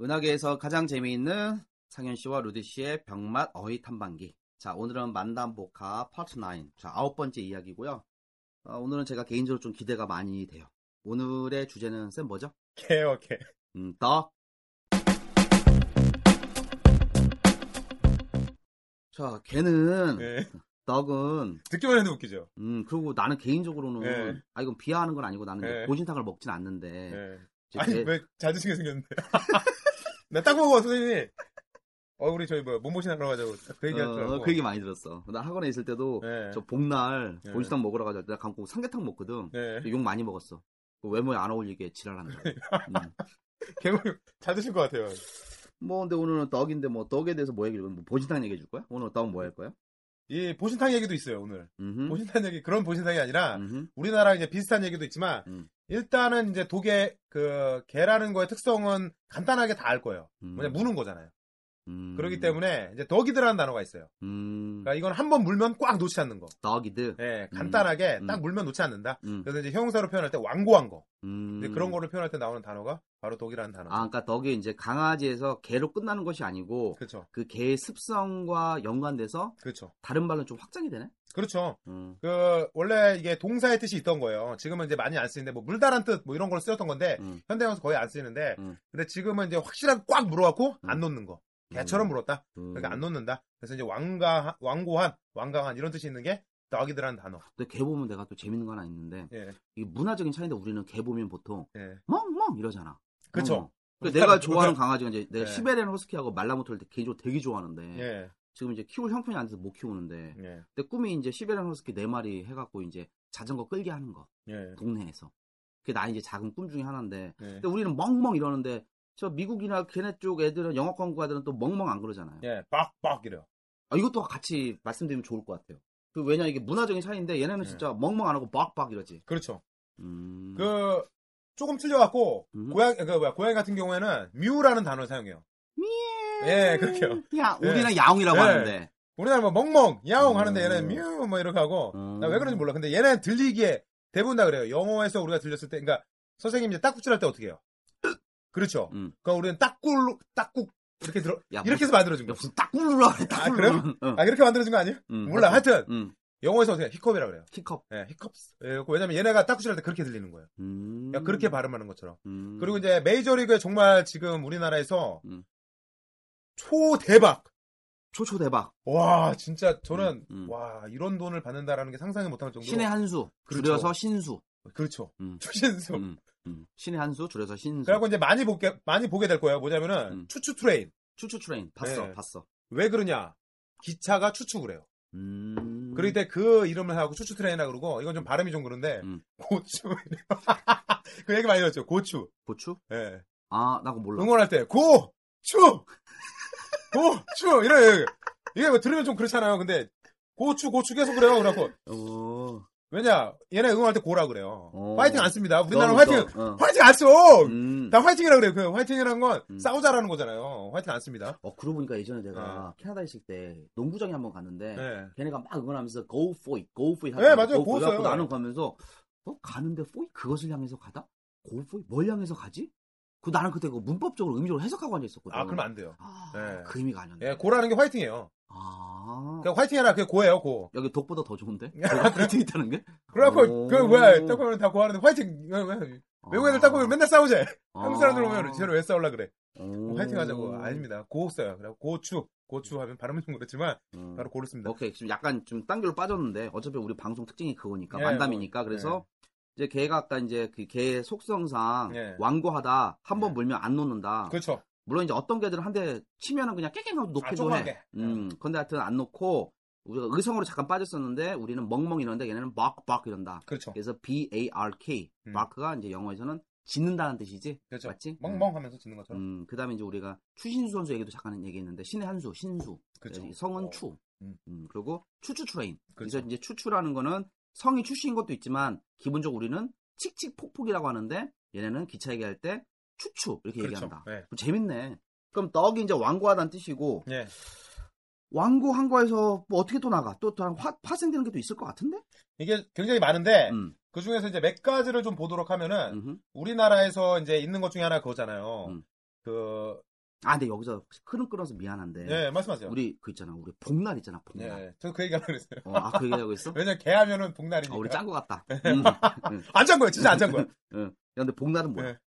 은하계에서 가장 재미있는 상현 씨와 루디 씨의 병맛 어휘 탐방기. 자, 오늘은 만담복화 파트 9. 자, 아홉 번째 이야기고요. 어, 오늘은 제가 개인적으로 좀 기대가 많이 돼요. 오늘의 주제는 쌤 뭐죠? 개요 개. 음, 떡. 자, 걔는 네. 떡은 듣기만 해도 웃기죠. 음, 그리고 나는 개인적으로는 네. 아 이건 비하하는 건 아니고 나는 이제 네. 고신탕을 먹진 않는데 네. 예. 이제 아니 개- 왜 자주시게 생겼는데? 나 딱 보고 선생님이 어 우리 저희 뭐야 몸보신하러 가자고 그 얘기 하더라고. 어, 그 얘기 많이 들었어. 나 학원에 있을 때도 네. 저 복날 네. 본식당 먹으러 가자 내가 감고 삼계탕 먹거든 네. 욕 많이 먹었어 그 외모에 안 어울리게 지랄한다 음. 개물 잘 드실 것 같아요. 뭐 근데 오늘은 떡인데 뭐 떡에 대해서 뭐 얘기해 뭐 본식탕 얘기해 줄 거야? 오늘 떡 뭐 할 거야? 이 보신탕 얘기도 있어요 오늘. 음흠. 보신탕 얘기 그런 보신탕이 아니라 음흠. 우리나라랑 이제 비슷한 얘기도 있지만 음. 일단은 이제 독일 그 개라는 거의 특성은 간단하게 다 알 거예요. 음. 뭐냐 무는 거잖아요. 음. 그렇기 때문에 이제 덕이드라는 단어가 있어요. 음. 그러니까 이건 한 번 물면 꽉 놓지 않는 거. 떡이드 예, 음. 간단하게 음. 딱 물면 놓지 않는다. 음. 그래서 이제 형용사로 표현할 때 완고한 거. 음. 이제 그런 거를 표현할 때 나오는 단어가 바로 독이라는 단어. 아 그러니까 떡이 이제 강아지에서 개로 끝나는 것이 아니고 그렇죠. 그 개의 습성과 연관돼서 그렇죠. 다른 말로 좀 확장이 되네 그렇죠. 음. 그 원래 이게 동사의 뜻이 있던 거예요. 지금은 이제 많이 안 쓰는데 뭐 물다란 뜻 뭐 이런 걸 쓰였던 건데 음. 현대형에서 거의 안 쓰이는데 음. 근데 지금은 이제 확실하게 꽉 물어갖고 음. 안 놓는 거. 개처럼 물었다. 음. 그러니까 안 놓는다. 그래서 이제 왕가 완고한, 완강한 이런 뜻이 있는 게 덕이드라는 단어. 근데 개 보면 내가 또 재밌는 거 하나 있는데 예. 이게 문화적인 차이인데 우리는 개 보면 보통 예. 멍멍 이러잖아 그렇죠. 그러니까 내가 좋아하는 강아지가 이제 내가 네. 시베리안 허스키하고 말라모토를 되게 개인적으로 되게 좋아하는데 예. 지금 이제 키울 형편이 안 돼서 못 키우는데 예. 내 꿈이 이제 시베리안 허스키 네 마리 해갖고 이제 자전거 끌게 하는 거 예. 동네에서 그게 나 이제 작은 꿈 중에 하나인데 예. 근데 우리는 멍멍 이러는데 저 미국이나 걔네 쪽 애들은 영어 광고 애들은 또 멍멍 안 그러잖아요. 예. 빡빡 이래요. 아, 이것도 같이 말씀드리면 좋을 것 같아요. 그 왜냐 이게 문화적인 차이인데 얘네는 네. 진짜 멍멍 안 하고 박박 이러지. 그렇죠. 음. 그 조금 틀려갖고 음. 고양 그 뭐야 고양이 같은 경우에는 뮤라는 단어를 사용해요. 미에. 예, 그렇게요. 야, 예. 우리는 야옹이라고 예. 하는데. 우리나라 뭐 멍멍, 야옹 하는데 음. 얘는 뮤뭐 이렇게 하고 음. 나 왜 그런지 몰라. 근데 얘는 들리기에 대부분 다 그래요. 영어에서 우리가 들렸을 때, 그러니까 선생님 이제 딱구질 할 때 어떻게 해요? 그렇죠. 음. 그러니까 우리는 딱굴로 딱국 이렇게 들어 야, 이렇게 무슨- 해서 만들어준 야, 거. 무슨 딱 굴르라 그래. 딱 아, 굴르라. 응, 아 이렇게 만들어준 거 아니에요? 응, 몰라. 하여튼. 하여튼 응. 영어에서 어떻게 해요? 히컵이라고 그래요. 키컵. 예, 히컵. 예, 그 왜냐면 얘네가 딱구질 할 때 그렇게 들리는 거예요. 음. 그러니까 그렇게 발음하는 것처럼. 음. 그리고 이제 메이저리그에 정말 지금 우리나라에서 음. 초대박. 초초 대박. 와, 진짜 저는 음, 음. 와, 이런 돈을 받는다라는 게 상상이 못할 정도로 신의 한수. 그렇죠. 줄여서 신수. 그렇죠. 음. 추신수. 음. 음. 신의 한수 줄여서 신수. 그리고 이제 많이 보게 많이 보게 될 거예요. 뭐냐면은 음. 추추 트레인. 추추 트레인 봤어. 네. 봤어. 왜 그러냐? 기차가 추추 그래요. 음. 그럴 때 그 이름을 하고 추추 트레인이라 그러고 이건 좀 발음이 좀 그런데 음. 고추. 그 얘기 많이 들었죠. 고추. 고추? 예. 아, 나 그거 몰라. 응원할 때 고! 추! 고! 추! 이래 이게 뭐 들으면 좀 그렇잖아요. 근데 고추 고추 계속 그래요. 그래갖고 어. 왜냐 얘네 응원할 때 고라 그래요. 어. 화이팅 안 씁니다. 우리나라 너무 화이팅 또, 어. 화이팅 안 써. 음. 다 화이팅이라 그래요. 그 화이팅이란 건 음. 싸우자라는 거잖아요. 화이팅 안 씁니다. 어, 그러고 보니까 예전에 내가 캐나다 있을 때 농구장에 한번 갔는데 아. 네. 걔네가 막 응원하면서 go for it, go for it 네, 맞아요. go for it 고소요. 하고 나는 가면서 어? 가는데 for it? 그것을 향해서 가다? go for it? 뭘 향해서 가지? 그 나는 그때 그 문법적으로 의미적으로 해석하고 앉아있었거든 아 그러면 안 돼요. 아, 네. 그 의미가 아니었네 예, 고라는 게 화이팅이에요. 아 그 화이팅이라 그게 고예요, 고. 여기 독보다 더 좋은데? 제가 그렇게 있다는 게? 오. 그래갖고 그 뭐야 떡국면 다 고하는데 화이팅. 왜, 왜, 외국 애들 아. 떡국면 맨날 싸우자. 한국 사람들 아. 보면 쟤는 왜 싸울라 그래. 오. 화이팅 하자고. 아닙니다. 고 써요. 그리고 고추, 고추 하면 발음은 좀 그렇지만 음. 바로 고르습니다. 오케이 지금 약간 좀 딴길로 빠졌는데 어차피 우리 방송 특징이 그거니까 예, 만담이니까 뭐, 그래서 이제 걔가 아까 이제 그 걔의 속성상 예. 완고하다 한 번 예. 물면 안 놓는다. 그렇죠. 물론 이제 어떤 개들은 한 대 치면은 그냥 깨갱하고 놓기도 조그맣게. 네. 해. 음, 근데 하여튼 안 놓고 우리가 의성으로 잠깐 빠졌었는데 우리는 멍멍 이러는데 얘네는 박박 이런다. 그렇죠. 그래서 B A R K 음. 마크가 이제 영어에서는 짓는다는 뜻이지. 그렇죠. 맞지? 멍멍하면서 짓는 것처럼. 예. 음, 그다음에 이제 우리가 추신수 선수 얘기도 잠깐 얘기했는데 신의 한수, 신수. 그렇죠. 예, 성은 어. 추. 음. 음, 그리고 추추 트레인. 그래서 그렇죠. 이제 추추라는 거는 성이 추추인 것도 있지만 기본적으로 우리는 칙칙폭폭이라고 하는데 얘네는 기차 얘기할 때 추추 이렇게 그렇죠. 얘기한다. 뭐 예. 재밌네. 그럼 떡이 이제 완고하다는 뜻이고 예. 완고한 거에서 뭐 어떻게 또 나가? 또 다른 화, 파생되는 게 또 있을 것 같은데? 이게 굉장히 많은데 음, 그 중에서 이제 몇 가지를 좀 보도록 하면은 음흠. 우리나라에서 이제 있는 것 중에 하나 그거잖아요. 음. 그, 아, 근데 여기서 흐름 끊어서 미안한데 예, 말씀하세요. 우리 네. 그 있잖아, 우리 복날 있잖아, 복날. 예, 저그 얘기하려고 그랬어요. 어, 아, 그 얘기하고 있어? 왜냐면 개 하면은 아, 복날이니까. 우리 짠 거 같다. 음. 안 잔 거야, 진짜 안 잔 거야. 응. 야, 근데 복날은 뭐야? 네.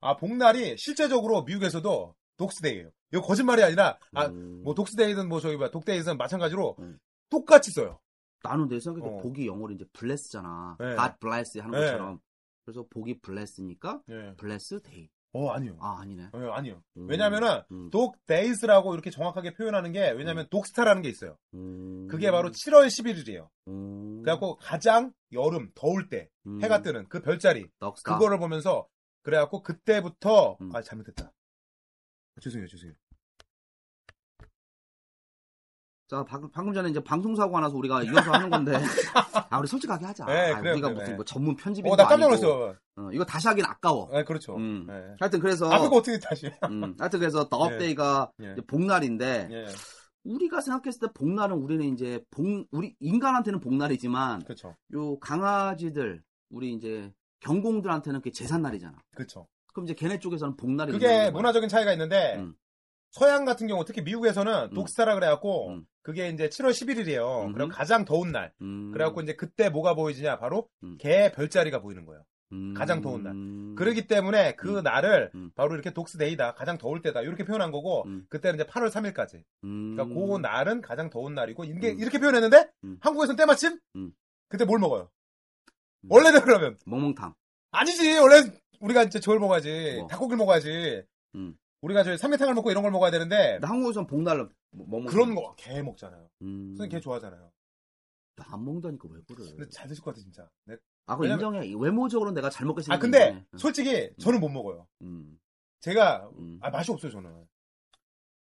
아, 복날이 실제적으로 미국에서도 독스데이예요. 이거 거짓말이 아니라 아, 음. 뭐 독스데이든 뭐 저기 뭐 독데이든 마찬가지로 음. 똑같이 써요. 나는 내 생각에 도 어. 복이 영어로 이제 bless잖아. 네. God bless 하는 네. 것처럼. 그래서 복이 bless니까 예. bless day. 어, 아니요. 아, 아니네. 예, 아니요. 음. 왜냐면은 음. 독데이스라고 이렇게 정확하게 표현하는 게 왜냐면 독스타라는 게 있어요. 음. 그게 바로 7월 11일이에요. 음. 그래갖고 가장 여름 더울 때 음. 해가 뜨는 그 별자리 넉스타. 그거를 보면서 그래갖고 그때부터 그러니까. 음. 아 잘못됐다. 아, 죄송해요, 죄송해요. 자, 방금, 방금 전에 이제 방송사고가 나서 우리가 이어서 하는 건데. 아, 우리 솔직하게 하자. 네, 아, 그래요, 우리가 그래요, 무슨 네. 뭐 전문 편집인 어, 나 깜짝 놀랐어요. 이거 다시 하긴 아까워. 예, 그렇죠. 음. 예. 하여튼 그래서 아, 그거 어떻게 다시? 해? 음, 하여튼 그래서 더 예. 업데이가 예. 복날인데 예, 우리가 생각했을 때 복날은 우리는 이제 복 우리 인간한테는 복날이지만 그렇죠, 요 강아지들 우리 이제 경공들한테는 그게 제삿날이잖아. 그렇죠. 그럼 이제 걔네 쪽에서는 복날이 그게 있는 거야. 문화적인 차이가 있는데 음. 서양 같은 경우 특히 미국에서는 음. 독스타라 그래갖고 음. 그게 이제 7월 11일이에요. 음흠. 그럼 가장 더운 날. 음. 그래갖고 이제 그때 뭐가 보이지냐 바로 음. 개 별자리가 보이는 거예요. 음. 가장 더운 날. 음. 그러기 때문에 그 음. 날을 음. 바로 이렇게 독스데이다 가장 더울 때다 이렇게 표현한 거고 음. 그때는 이제 8월 3일까지. 음. 그러니까 그 날은 가장 더운 날이고 이게 음. 이렇게 표현했는데 음. 한국에서는 때마침 음. 그때 뭘 먹어요? 음. 원래는 그러면 멍멍탕. 아니지 원래 우리가 이제 저걸 먹어야지 뭐? 닭고기를 먹어야지 음. 우리가 저 삼계탕을 먹고 이런 걸 먹어야 되는데 근데 한국에서는 복날로 뭐- 멍멍탕. 그런 거 개 먹잖아요 음. 선생님 개 좋아하잖아요 안 먹다니까 왜 근데 그래? 잘 드실 것 같아 진짜 네. 아, 그거 왜냐면- 인정해. 외모적으로는 내가 잘 먹겠어. 아 근데 솔직히 저는 못 먹어요 음. 제가 음. 아 맛이 없어요 저는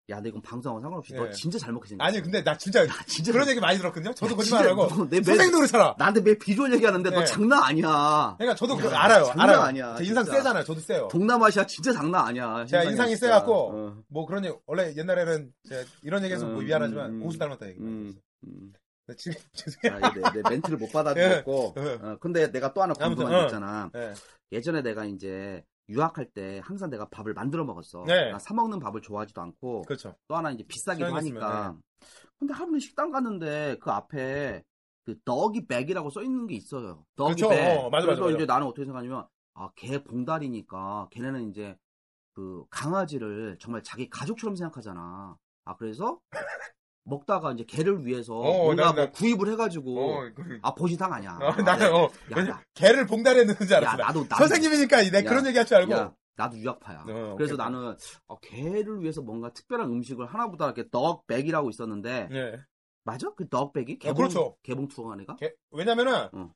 야, 근데 이건 방송하고 상관없이 예. 너 진짜 잘 먹게 생겼어. 아니 근데 나 진짜 야, 진짜 그런 얘기 많이 들었거든요 저도 야, 거짓말 진짜 안 하고 너, 내 매- 선생님도 그렇잖아 나한테 매일 비주얼 얘기하는데 너 예. 장난 아니야. 그러니까 저도 그거 야, 알아요 장난 알아요 아니야, 제 인상 진짜. 세잖아요 저도 세요 동남아시아 진짜 장난 아니야. 제가 신상이야, 인상이 진짜. 세갖고 어. 뭐 그런 얘기 원래 옛날에는 제가 이런 얘기해서 뭐 음, 미안하지만 음, 고수 닮았다 얘기 많이 음. 했어요 음. 근데 지금 죄송해요 아, 내, 내 멘트를 못 받아들였고. 예. 어, 근데 내가 또 하나 궁금한 아무튼, 게 어. 있잖아. 예. 예전에 내가 이제 유학할 때 항상 내가 밥을 만들어 먹었어. 네. 나 사먹는 밥을 좋아하지도 않고 그렇죠 또 하나 이제 비싸기도 사용했으면, 네. 하니까. 근데 하루는 식당 갔는데 그 앞에 그 더기 백이라고 써 있는 게 있어요. 더기 그렇죠. 백. 어, 맞아, 그래서 맞아, 맞아. 이제 나는 어떻게 생각하냐면 아, 개 봉다리니까 걔네는 이제 그 강아지를 정말 자기 가족처럼 생각하잖아. 아, 그래서 먹다가 이제 개를 위해서 어, 뭔가 나- 나- 뭐 구입을 해가지고 어, 그- 아, 보신탕 아니야. 아, 아, 네. 나는 어, 야, 나- 개를 봉다리에 넣는 줄 야, 알았어. 나. 나도 나도 선생님이니까 내 야, 그런 얘기 할 줄 알고. 야, 나도 유학파야. 어, 그래서 오케이. 나는 어, 개를 위해서 뭔가 특별한 음식을 하나보다 이렇게 덕백이라고 있었는데 예. 맞아? 그 덕백이 개봉 그렇죠. 개봉 투어 하니까 개- 왜냐면은 응.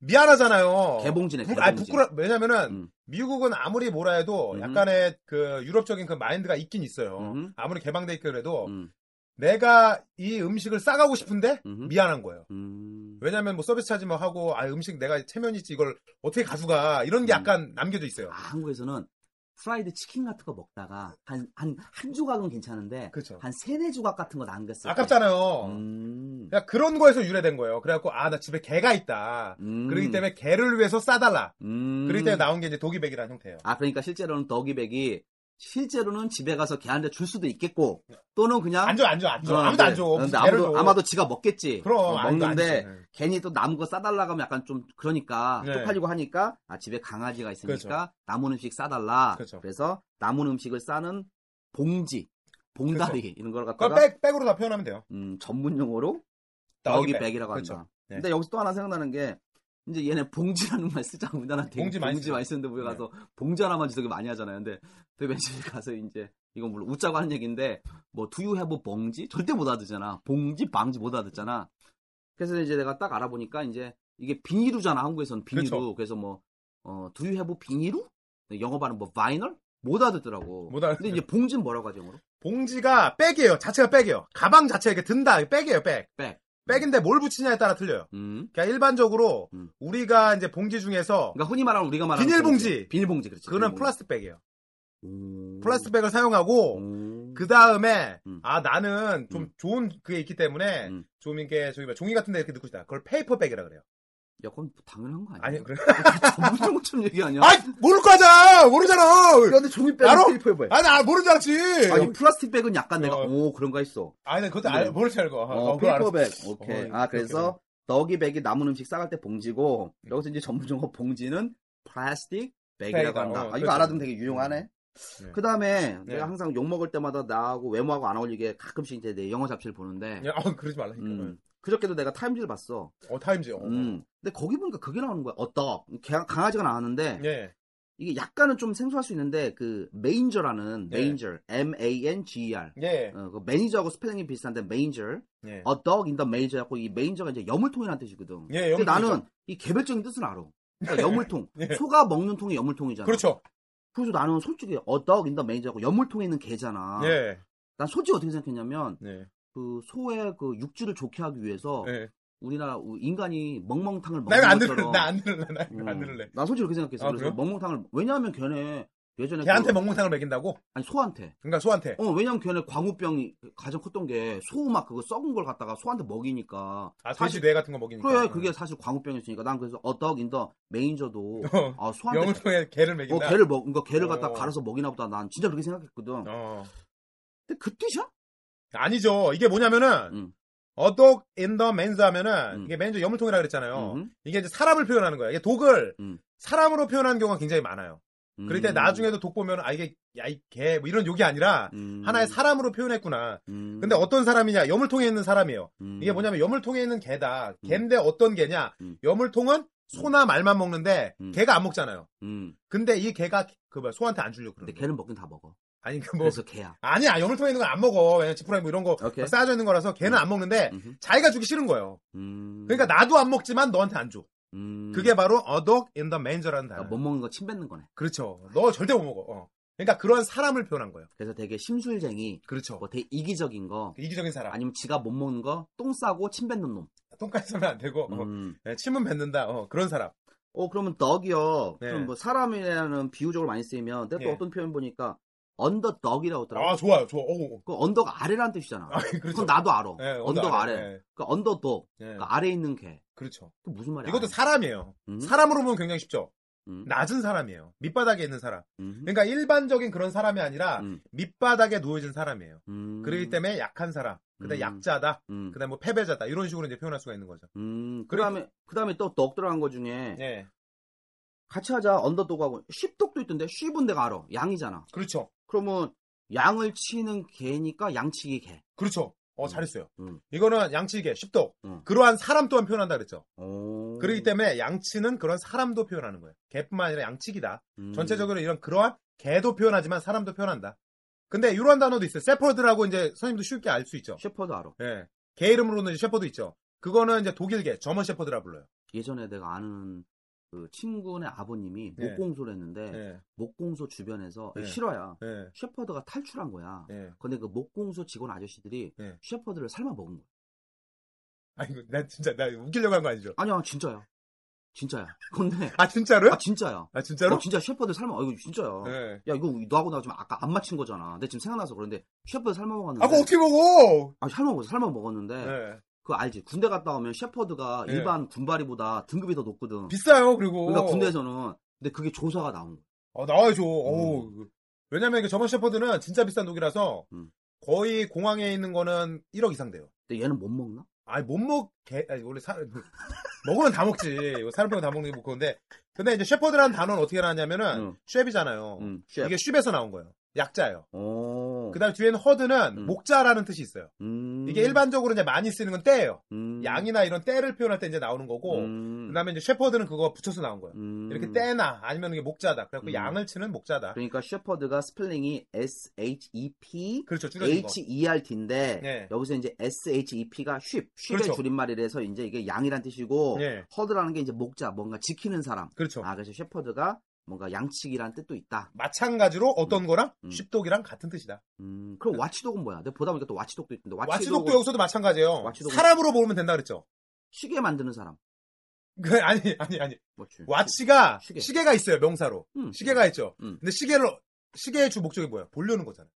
미안하잖아요. 어. 개봉진에 부, 개봉진. 아, 부끄러 왜냐면은 음. 미국은 아무리 뭐라 해도 음. 약간의 그 유럽적인 그 마인드가 있긴 있어요. 어. 음. 아무리 개방돼 있고 그래도 음, 내가 이 음식을 싸가고 싶은데 음. 미안한 거예요. 음. 왜냐면 뭐 서비스 차지 뭐 하고 아 음식 내가 체면이 있지 이걸 어떻게 가져가 이런 게 음. 약간 남겨져 있어요. 아, 한국에서는 프라이드 치킨 같은 거 먹다가 한 한 한 조각은 괜찮은데 그렇죠. 한 세네 조각 같은 거 남겼을 때 아깝잖아요. 음. 그러니까 그런 거에서 유래된 거예요. 그래갖고 아 나 집에 개가 있다. 음. 그렇기 때문에 개를 위해서 싸달라. 음. 그렇기 때문에 나온 게 이제 독이백이라는 형태예요. 아 그러니까 실제로는 덕이백이 실제로는 집에 가서 걔한테 줄 수도 있겠고 또는 그냥 안 줘, 안 줘, 안 줘. 어, 아무도 안 네. 줘. 어, 근데 무슨 아무도, 배를 줘. 아마도 지가 먹겠지. 그럼 어, 아무도 안 먹는데 줘. 네. 괜히 또 남은 거 싸달라고 하면 약간 좀 그러니까 네. 쪽팔리고 하니까 아, 집에 강아지가 있으니까 그렇죠. 남은 음식 싸달라. 그렇죠. 래서 남은 음식을 싸는 봉지, 봉다리 그렇죠. 이런 걸 그걸 갖다가 백, 백으로 다 표현하면 돼요. 음, 전문 용어로 떡이 떡이 백. 백이라고 한다. 그렇죠. 네. 근데 여기서 또 하나 생각나는 게 이제 얘네 봉지라는 말 쓰잖아. 우리나라 되게 봉지 봉지 많이 많이, 쓰죠. 네. 쓰는데 우리 가서 봉지 하나만 주석이 많이 하잖아요. 근데 대변 집에 가서 이제 이건 물론 웃자고 하는 얘기인데 뭐 두유 해보 봉지 절대 못 알아듣잖아. 봉지 방지 못 알아듣잖아. 그래서 이제 내가 딱 알아보니까 이제 이게 비닐우잖아. 한국에서는 비닐우. 그렇죠. 그래서뭐 어, 두유 해보 비닐우? 영어 발음 뭐 바이널? 못 알아듣더라고. 못 알아. 근데 이제 봉지는 뭐라고 하죠, 영어로? 봉지가 백이에요. 자체가 백이에요. 가방 자체가 이렇게 든다. 백이에요, 백. 백. 백인데 뭘 붙이냐에 따라 틀려요. 음. 그러니까 일반적으로 음. 우리가 이제 봉지 중에서 그러니까 흔히 말하는 우리가 말하는 비닐봉지. 비닐봉지 그렇지. 그거는 비닐봉지. 플라스틱 백이에요. 음. 플라스틱 백을 사용하고 음. 그 다음에 음. 아 나는 좀 음. 좋은 그게 있기 때문에 음. 좀 이게 저기 뭐 종이 같은 데 이렇게 넣고 싶다. 그걸 페이퍼 백이라 그래요. 야, 그건 뭐 당연한 거 아니야? 아니 그래. 전문용어처럼 얘기 음. 아니야? 아이 그 모를 거잖아. 모르잖아. 야, 근데 종이백은 나로? 테이프에 뭐야? 아니 나 모르는 줄 알았지. 아니, 플라스틱 백은 약간 내가, 어. 오, 그런 거 했어. 아니 나 그것도 네. 알, 모를 줄 알고. 아, 어, 그거 알았어. 페이퍼백. 오케이. 어, 아, 그래서, 떡이 백이 남은 음식 싸갈 때 봉지고, 여기서 이제 전문용어 봉지는 플라스틱 백이라고 음. 백이다. 한다. 어, 아, 이거 그렇죠. 알아두면 되게 유용하네. 네. 그 다음에, 네. 내가 항상 욕먹을 때마다 나하고 외모하고 안 어울리게 가끔씩 이제 내 영어 잡지를 보는데, 야, 아, 그러지 말라니까. 음, 그저께도 내가 타임즈를 봤어. 어 타임즈. 어. 음, 근데 거기 보니까 그게 나오는 거야. 어떡. 걔- 강아지가 나왔는데, 예. 이게 약간은 좀 생소할 수 있는데 그 메인저라는 네. 메인저 M A N G E R 예. 어, 그 매니저하고 스펠링이 비슷한데 메인저 예. a dog in the major였고 이 메인저가 이제 여물통이라는 뜻이거든. 예, 근데 여물통이죠. 나는 이 개별적인 뜻은 알아. 그러니까 여물통. 예. 소가 먹는 통이 여물통이잖아. 그렇죠. 그래서 나는 솔직히 a dog in the major하고 여물통에 있는 개잖아. 예. 난 솔직히 어떻게 생각했냐면 네. 그 소의 그 육질을 좋게 하기 위해서 예. 우리나라 우- 인간이 멍멍탕을 먹는 나 이거 안 것처럼 들을래. 나안 들을래. 나 이거 안 어, 음, 들을래. 난 솔직히 그렇게 생각했어. 아, 그래서 그래요? 멍멍탕을 왜냐하면 걔네 예전에 걔한테 그- 먹멍탕을 먹인다고? 아니 소한테. 그러니까 소한테. 어 왜냐면 걔네 광우병이 가장 컸던 게 소 막 그거 썩은 걸 갖다가 소한테 먹이니까. 아, 돼지 사실 뇌 같은 거 먹이니까. 어. 그래 그게 사실 광우병이었으니까 난 그래서 어덕인더 메인저도 어. 아 영을 소한테 통해 개를 어 먹인다. 개를 먹 그러니까 개를 갖다 어. 가 갈아서 먹이나 보다 난 진짜 그렇게 생각했거든. 어. 근데 그 뜻이야? 아니죠. 이게 뭐냐면은 음. 어독 인더 맨즈 하면은 음. 이게 맨즈 여물통이라 그랬잖아요. 음. 이게 이제 사람을 표현하는 거야. 이게 독을 음. 사람으로 표현하는 경우가 굉장히 많아요. 그럴 때 음. 나중에도 독 보면 아 이게 야이개뭐 이런 욕이 아니라 음. 하나의 사람으로 표현했구나. 음. 근데 어떤 사람이냐? 여물통에 있는 사람이에요. 음. 이게 뭐냐면 여물통에 있는 개다. 개인데 어떤 개냐? 음. 여물통은 소나 말만 먹는데 음. 개가 안 먹잖아요. 음. 근데 이 개가 그 뭐야, 소한테 안 주려고 근데 걔는 그러는 거야. 먹긴 다 먹어. 아니 그 뭐 그래서 개야. 아니야 여물통에 있는 건 안 먹어. 왜냐 지푸라기 뭐 이런 거 오케이. 싸져 있는 거라서 걔는 안 먹는데 예. 음흠. 자기가 주기 싫은 거예요. 음. 그러니까 나도 안 먹지만 너한테 안 줘. 음. 그게 바로 어독 인더 매니저라는 단어. 그러니까 못 먹는 거 침 뱉는 거네. 그렇죠. 너 절대 못 먹어. 어. 그러니까 그런 사람을 표현한 거예요. 그래서 되게 심술쟁이, 그렇죠. 뭐 되게 이기적인 거, 이기적인 사람. 아니면 지가 못 먹는 거, 똥 싸고 침 뱉는 놈. 똥까지 하면 안 되고 어. 음. 네, 침은 뱉는다. 어, 그런 사람. 어, 그러면 덕이요. 네. 그럼 뭐 사람이라는 비유적으로 많이 쓰이면, 근데 또 예. 어떤 표현 보니까, 언더덕이라고 하더라고. 아 좋아요. 좋아. 오. 오. 그 언덕 아래라는 뜻이잖아. 아, 그렇죠. 그건 나도 알아. 예, 언덕, 아래. 예, 그러니까 언더독. 예. 그러니까 아래에 있는 개. 그렇죠. 그 무슨 말이야? 이것도 아래. 사람이에요. 음? 사람으로 보면 굉장히 쉽죠. 음? 낮은 사람이에요. 밑바닥에 있는 사람. 음? 그러니까 일반적인 그런 사람이 아니라 음. 밑바닥에 놓여진 사람이에요. 음. 그렇기 때문에 약한 사람. 그다음 음. 약자다. 음. 그다음 뭐 패배자다. 이런 식으로 이제 표현할 수가 있는 거죠. 음. 그다음에 그다음에 또 덕 들어간 거 중에 예. 같이 하자 언더독하고 쉽독도 있던데 쉽은 내가 알아 양이잖아 그렇죠. 그러면 양을 치는 개니까 양치기 개. 그렇죠. 어, 음. 잘했어요. 음. 이거는 양치계, 쉽도. 음. 그러한 사람 또한 표현한다 그랬죠. 오. 그렇기 때문에 양치는 그런 사람도 표현하는 거예요. 개뿐만 아니라 양치기다. 음. 전체적으로 이런 그러한 개도 표현하지만 사람도 표현한다. 근데 이런 단어도 있어요. 세퍼드라고 이제 선생님도 쉽게 알 수 있죠. 셰퍼드 알아. 예. 개 이름으로는 이제 셰퍼드 있죠. 그거는 이제 독일개, 저먼 셰퍼드라 불러요. 예전에 내가 아는 그 친구네 아버님이 네. 목공소를 했는데 예. 목공소 주변에서 네. 실화야. 예. 셰퍼드가 탈출한 거야. 예. 근데 그 목공소 직원 아저씨들이 네. 셰퍼드를 삶아 먹은 거야. 아, 이거, 나 진짜, 나 웃기려고 한 거 아니죠? 아니야 진짜야. 진짜야. 근데 아, 진짜로요? 아 진짜야. 아, 진짜로? 어, 진짜 셰퍼드 삶아. 어, 이거 진짜야. 예. 야 이거 너하고 나 지금 아까 안 맞힌 거잖아. 근데 지금 생각나서 그런데 셰퍼드 삶아 먹었는데. 아, 그거 어떻게 먹어? 아, 삶아 먹었어. 삶아 먹었는데. 예. 그 알지? 군대 갔다 오면 셰퍼드가 예. 일반 군바리보다 등급이 더 높거든. 비싸요, 그리고. 아, 그러니까 군대에서는 근데 그게 조사가 나온 거야. 어, 나와야죠. 어우. 왜냐면 이게 저번 셰퍼드는 진짜 비싼 독이라서 음. 거의 공항에 있는 거는 1억 이상 돼요. 근데 얘는 못 먹나? 아니 못 먹, 개, 아니, 원래 사, 그, 먹으면 다 먹지. 이거 사람 빼고 다 먹는 게 뭐 그건데. 근데 이제 셰퍼드라는 단어는 어떻게 나왔냐면은 응. 쉐비잖아요. 음, 쉐프. 아, 어. 이게 쉐에서 나온 거예요. 약자예요. 오. 그다음 에 뒤에는 허드는 음. 목자라는 뜻이 있어요. 음. 이게 일반적으로 이제 많이 쓰는 건 떼예요. 음. 양이나 이런 떼를 표현할 때 이제 나오는 거고. 음. 그다음에 이제 셰퍼드는 그거 붙여서 나온 거예요. 음. 이렇게 떼나 아니면 이게 목자다. 그래갖고 음. 양을 치는 목자다. 그러니까 셰퍼드가 스펠링이 S H E P 그렇죠. 줄여진 H E R T인데 네. 여기서 이제 S H E P가 쉽, 쉽의 그렇죠. 줄임말이라서 이제 이게 양이란 거. 뜻이고 예. 허드라는 게 이제 목자, 뭔가 지키는 사람. 그렇죠. 아 그래서 셰퍼드가 뭔가 양치기란 뜻도 있다. 마찬가지로 어떤 거랑 음. 쉽독이랑 같은 뜻이다. 음, 그럼 네. 와치독은 뭐야? 내가 보다 보니까 또 와치독도 있던데 와치독도 와치독은 여기서도 마찬가지예요. 와치독은- 사람으로 보면 된다 그랬죠. 시계 만드는 사람. 그 아니 아니 아니 뭐지? 와치가 시계. 시계. 가 있어요 명사로 음. 시계가 있죠. 음. 근데 시계를 시계의 주 목적이 뭐야? 보려는 거잖아. 요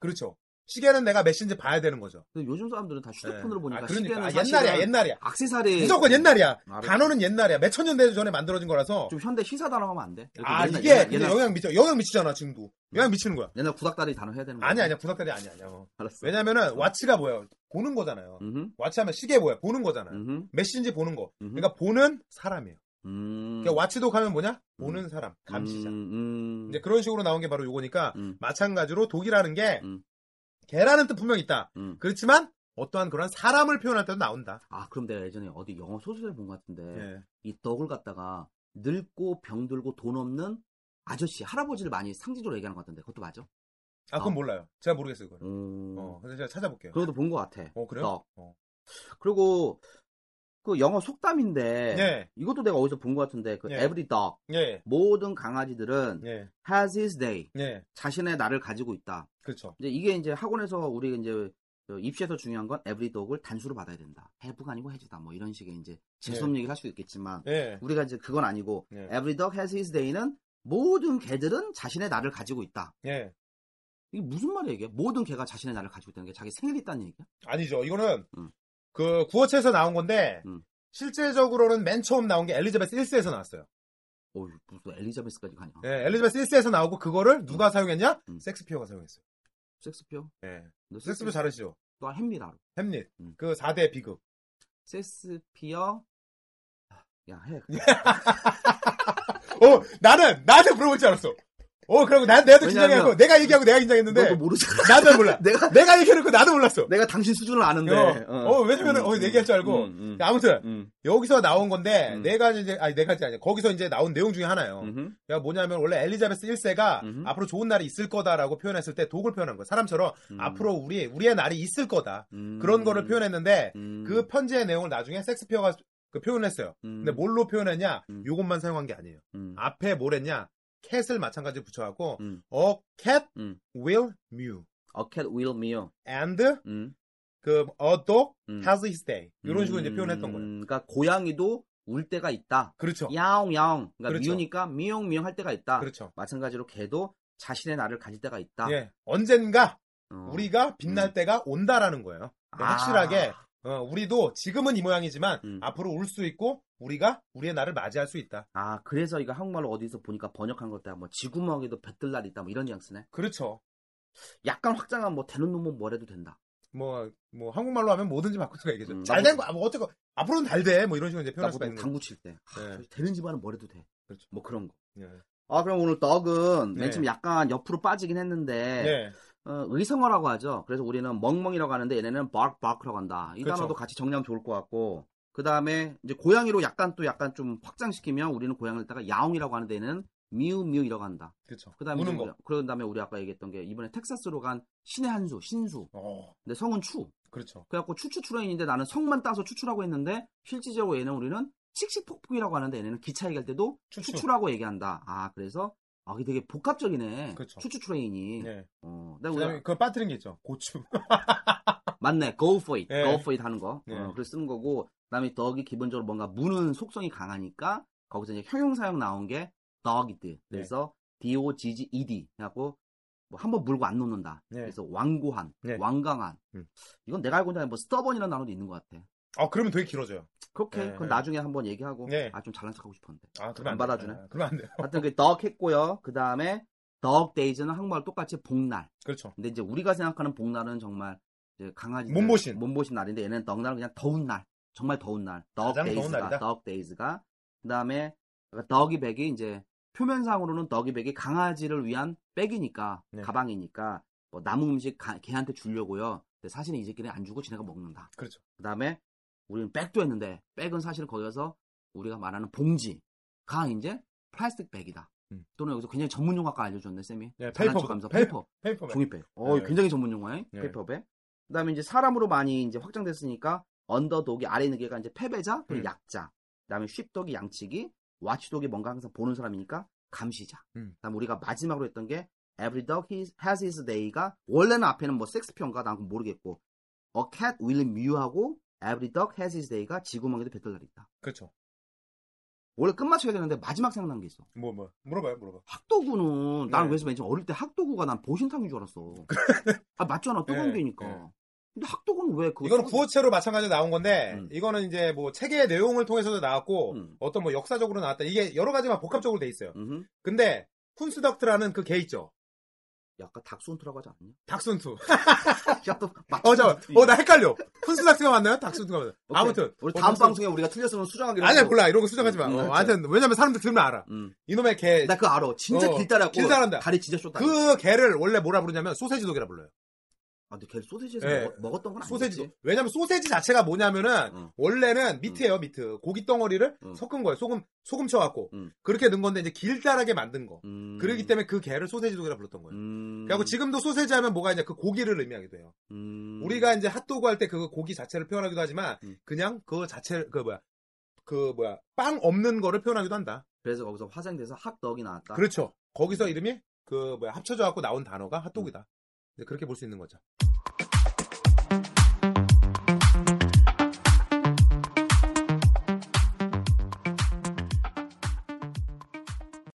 그렇죠. 시계는 내가 몇인지 봐야 되는 거죠. 근데 요즘 사람들은 다 휴대폰으로 예. 보니까 아, 시계는 그러니까 아, 사실은 예. 옛날이야 옛날이야. 악세사리 무조건 옛날이야. 알았어. 단어는 옛날이야. 몇 천 년대 전에 만들어진 거라서. 좀 현대 시사 단어 하면 안 돼? 아 옛날- 이게 옛날, 근데 옛날, 영향 미쳐 영향 미치잖아 지금도 영향 미치는 거야. 옛날 구닥다리 단어 해야 되는 거야. 음. 아니 아니야 구닥다리 아니야 아니야. 어. 알았어. 왜냐면은 와치가 뭐예요? 보는 거잖아요. 음. 와치하면 시계 뭐야? 보는 거잖아요. 음. 메신지 보는 거. 음. 네. 그러니까 보는 사람이에요. 음. 그러니까 와치독 하면 뭐냐? 보는 사람, 감시자. 음, 음. 이제 그런 식으로 나온 게 바로 요거니까 음. 마찬가지로 독이라는 게 음. 개라는 뜻 분명히 있다. 음. 그렇지만 어떠한 그런 사람을 표현할 때도 나온다. 아 그럼 내가 예전에 어디 영어 소설을 본 것 같은데 예. 이 덕을 갖다가 늙고 병들고 돈 없는 아저씨 할아버지를 많이 상징적으로 얘기하는 것 같던데 그것도 맞아? 아 그건 아. 몰라요. 제가 모르겠어요 그거는. 음. 어, 근데 제가 찾아볼게요. 그것도 본 것 같아. 어 그래요? 덕. 어. 그리고 그 영어 속담인데 예. 이것도 내가 어디서 본 것 같은데 그 예. every dog 예. 모든 강아지들은 예. has his day 예. 자신의 날을 가지고 있다. 그렇죠. 이제 이게 이제 학원에서 우리 이제 그 입시에서 중요한 건 every dog을 단수로 받아야 된다. 해부가 아니고 해주다 뭐 이런 식의 이제 네. 재수없는 얘기를 할 수 있겠지만 예. 우리가 이제 그건 아니고 네. every dog has his day는 모든 개들은 자신의 날을 가지고 있다. 예. 이게 무슨 말이야 이게? 모든 개가 자신의 날을 가지고 있다는 게 자기 생일이 있다는 얘기야? 아니죠. 이거는 음. 그 구어체에서 나온 건데 음. 실제적으로는 맨 처음 나온 게 엘리자베스 1세에서 나왔어요. 어휴 무슨 엘리자베스까지 가냐? 예, 엘리자베스 1세에서 나오고 그거를 누가 사용했냐? 아. 음. 섹스피어가 사용했어요. 섹스피어? 예. 너 섹스피어 잘하시죠? 또 햄리다. 햄릿. 음. 그 4대 비극. 섹스피어? 아, 야 해. 어, 나는 나한테 물어볼 줄 알았어. 어, 그리고 난 내가 왜냐하면- 긴장했고 내가 얘기하고 내가 긴장했는데 너도 뭐- 모르잖아. 나도 몰라. 내가 내가 얘기해놓고 나도 몰랐어. 내가 당신 수준을 아는데. 어, 어, 왜냐면은 어, 얘기할 줄 알고. 음, 음, 아무튼 음, 여기서 나온 건데 네 음. 내가 이제 아니 내가 이제 아니 거기서 이제 나온 내용 중에 하나예요. 음, 야, 뭐냐면 원래 엘리자베스 1세가 음. 앞으로 좋은 날이 있을 거다라고 표현했을 때 독을 표현한 거예요. 사람처럼 음. 앞으로 우리 우리의 날이 있을 거다 음. 그런 거를 표현했는데 음, 그 편지의 내용을 나중에 섹스피어가 그 표현했어요. 음, 근데 뭘로 표현했냐? 음. 요것만 사용한 게 아니에요. 음, 앞에 뭘 했냐? 캣을 마찬가지로 붙여갖고 음. a cat 음. will mew A cat will meow. and 음, 그 a dog 음. has his day 이런 식으로 이제 음, 표현했던 거예요. 그러니까 고양이도 울 때가 있다. 그렇죠. 야옹야옹. 그러니까 그렇죠. 미우니까 미용미용 할 때가 있다. 그렇죠. 마찬가지로 개도 자신의 나를 가질 때가 있다. 예, 언젠가 어. 우리가 빛날 음. 때가 온다라는 거예요. 그러니까 아. 확실하게 어, 우리도 지금은 이 모양이지만 음. 앞으로 올 수 있고 우리가 우리의 날을 맞이할 수 있다. 아 그래서 이거 한국말로 어디서 보니까 번역한 것다 뭐 지구멍에도 뱉을 날이 있다 뭐 이런 뉘앙스네. 그렇죠. 약간 확장한 뭐 되는 놈은 뭐래도 된다. 뭐, 뭐, 한국말로 하면 뭐든지 바꿀 수가 있겠죠. 음, 잘 나도- 된 거, 뭐, 어쨌건, 앞으로는 잘 돼. 뭐, 이런 식으로 이제 나 표현할 수가 보통 있는 거죠. 당구 칠 때. 네. 하, 되는 집안은 뭐래도 돼. 그렇죠. 뭐 그런 거. 예. 아 그럼 오늘 덕은 네. 맨 처음 약간 옆으로 빠지긴 했는데 예. 어, 의성어라고 하죠. 그래서 우리는 멍멍이라고 하는데 얘네는 bark bark라고 한다. 이 그렇죠. 단어도 같이 정리하면 좋을 것 같고 그 다음에 이제 고양이로 약간 또 약간 좀 확장시키면 우리는 고양이를 다가 야옹이라고 하는데 얘는 미우 미우이라고 한다. 그렇죠. 그 다음에 우는 거. 그런 다음에 우리 아까 얘기했던 게 이번에 텍사스로 간 신의 한수 신수. 어, 근데 성은 추. 그렇죠. 그래갖고 추추추라인인데 나는 성만 따서 추추라고 했는데 실질적으로 얘는 우리는 칙칙폭폭이라고 하는데 얘네는 기차 얘기할 때도 추추. 추추라고 얘기한다. 아 그래서 아 이게 되게 복합적이네. 그렇죠. 추추추레인이. 예. 어, 나 그 다음에 우리 그걸 빠뜨린 게 있죠. 고추. 맞네. Go for it. 예. Go for it 하는 거. 예. 어, 그걸 쓰는 거고 그다음에 덕이 기본적으로 뭔가 무는 속성이 강하니까 거기서 이제 형용 사용 나온 게 dogid. 네. 그래서 D O G G E D 해갖고 뭐 한번 물고 안 놓는다. 예. 그래서 완고한, 예. 완강한. 음. 이건 내가 알고 있는 뭐 stubborn이라는 단어도 있는 것 같아. 아, 그러면 되게 길어져요. 그렇게 예, 그건 예. 나중에 한번 얘기하고 예. 아 좀 잘난 척하고 싶었는데 아, 안 돼요. 받아주네. 아, 그러면 안 돼요. 하여튼 그덕 했고요 그 다음에 dog days는 한국말 똑같이 복날. 그렇죠. 근데 이제 우리가 생각하는 복날은 정말 이제 강아지 몸보신. 몸보신 날인데 얘는 덕날은 그냥 더운 날. 정말 더운 날. 덕 가장 더운 데이즈가 날이다. 덕 데이즈가 그다음에 덕이 백이 이제 표면상으로는 덕이 백이 강아지를 위한 백이니까 네. 가방이니까 뭐 남은 음식 가- 개한테 주려고요. 근데 사실은 이 새끼는 안 주고 지네가 먹는다. 그렇죠. 그다음에 우리는 백도 했는데 백은 사실은 거기서 우리가 말하는 봉지가 이제 플라스틱 백이다. 음. 또는 여기서 굉장히 전문 용어가 알려줬네 쌤이. 장난쳐 네, 페이퍼백. 가면서 페이- 페이퍼. 페이퍼백. 종이백. 어, 네. 굉장히 전문 용어예요. 네. 페이퍼백. 그다음에 이제 사람으로 많이 이제 확장됐으니까 언더독이 아래 있는 개가 이제 패배자, 그리고 음. 약자. 그다음에 쉽독이 양치기, 와치독이 뭔가 항상 보는 사람이니까 감시자. 음. 그다음 우리가 마지막으로 했던 게 every dog he- has his day가 원래는 앞에는 뭐 섹스피언가 난 그건 모르겠고 a cat will mew하고 every dog has his day가 지구멍에도 배틀날이 있다. 그렇죠. 원래 끝마쳐야 되는데 마지막 생각난 게 있어. 뭐, 뭐. 물어봐요, 물어봐. 학도구는 네. 난 그래서 맨 처음 어릴 때 학도구가 난 보신탕인 줄 알았어. 아 맞잖아 뜨거운 네, 게니까. 네. 근데 학도구는 왜 그거? 이거는 썩- 구어체로 마찬가지로 나온 건데, 음. 이거는 이제 뭐 책의 내용을 통해서도 나왔고, 음. 어떤 뭐 역사적으로 나왔다. 이게 여러 가지만 복합적으로 돼 있어요. 음흠. 근데, 훈스덕트라는 그 개 있죠? 약간 닥스훈트라고 하지 않냐? 닥순투. 야, 또 맞- 어, 잠깐 어, 나 헷갈려. 훈스닥트가 맞나요? 닥순투가 맞나요? 오케이. 아무튼. 우리 어, 다음 닥순- 방송에 우리가 틀렸으면 수정하기로. 아니야, 하고. 몰라. 이런 거 수정하지 마. 음, 어, 알았어. 하여튼, 왜냐면 사람들 들으면 알아. 음. 이놈의 개. 나 그거 알아. 진짜 네. 어, 길다라고. 길다란다. 다리 진짜 쏟다. 그 개를 원래 뭐라 부르냐면, 소세지 독이라 불러요. 아, 근데 걔 소세지에서 예. 먹었, 던건 아니지. 음. 소세지 독. 왜냐면 소세지 자체가 뭐냐면은, 응. 원래는 미트예요, 음. 미트. 고기 덩어리를 응. 섞은 거예요. 소금, 소금 쳐갖고. 응. 그렇게 넣은 건데, 이제 길다랗게 만든 거. 음. 그러기 때문에 그 개를 소세지 독이라 불렀던 거예요. 음. 그리고 지금도 소세지 하면 뭐가 이제 그 고기를 의미하기도 해요. 음. 우리가 이제 핫도그 할 때 그 고기 자체를 표현하기도 하지만 음. 그냥 그 자체 그 뭐야 그 뭐야 빵 없는 거를 표현하기도 한다. 그래서 거기서 화생돼서 학덕이 나왔다. 음. 그렇죠. 거기서 이름이 그 뭐야 합쳐져 갖고 나온 단어가 핫도그다. 이제 그렇게 볼 수 있는 거죠.